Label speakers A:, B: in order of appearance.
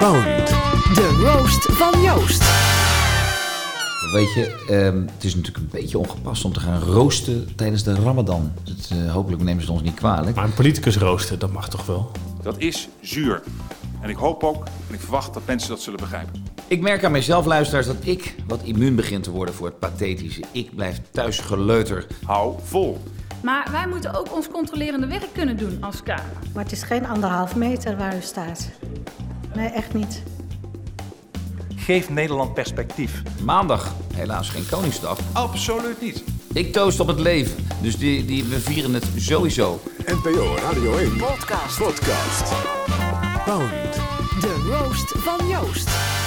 A: Boond. De roast van Joost.
B: Weet je, ehm, het is natuurlijk een beetje ongepast om te gaan roosten tijdens de Ramadan. Dat, eh, hopelijk nemen ze het ons niet kwalijk.
C: Maar een politicus roosten, dat mag toch wel?
D: Dat is zuur. En ik hoop ook en ik verwacht dat mensen dat zullen begrijpen.
B: Ik merk aan mijzelf, luisteraars, dat ik wat immuun begin te worden voor het pathetische. Ik blijf thuis geleuter.
D: Hou vol.
E: Maar wij moeten ook ons controlerende werk kunnen doen als Kamer.
F: Maar het is geen anderhalf meter waar u staat. Nee, echt niet.
G: Geef Nederland perspectief.
B: Maandag, helaas geen Koningsdag.
D: Absoluut niet.
B: Ik toast op het leven. Dus die, die, we vieren het sowieso.
H: NPO Radio 1.
A: Podcast.
H: Podcast.
A: Boond. De roast van Joost.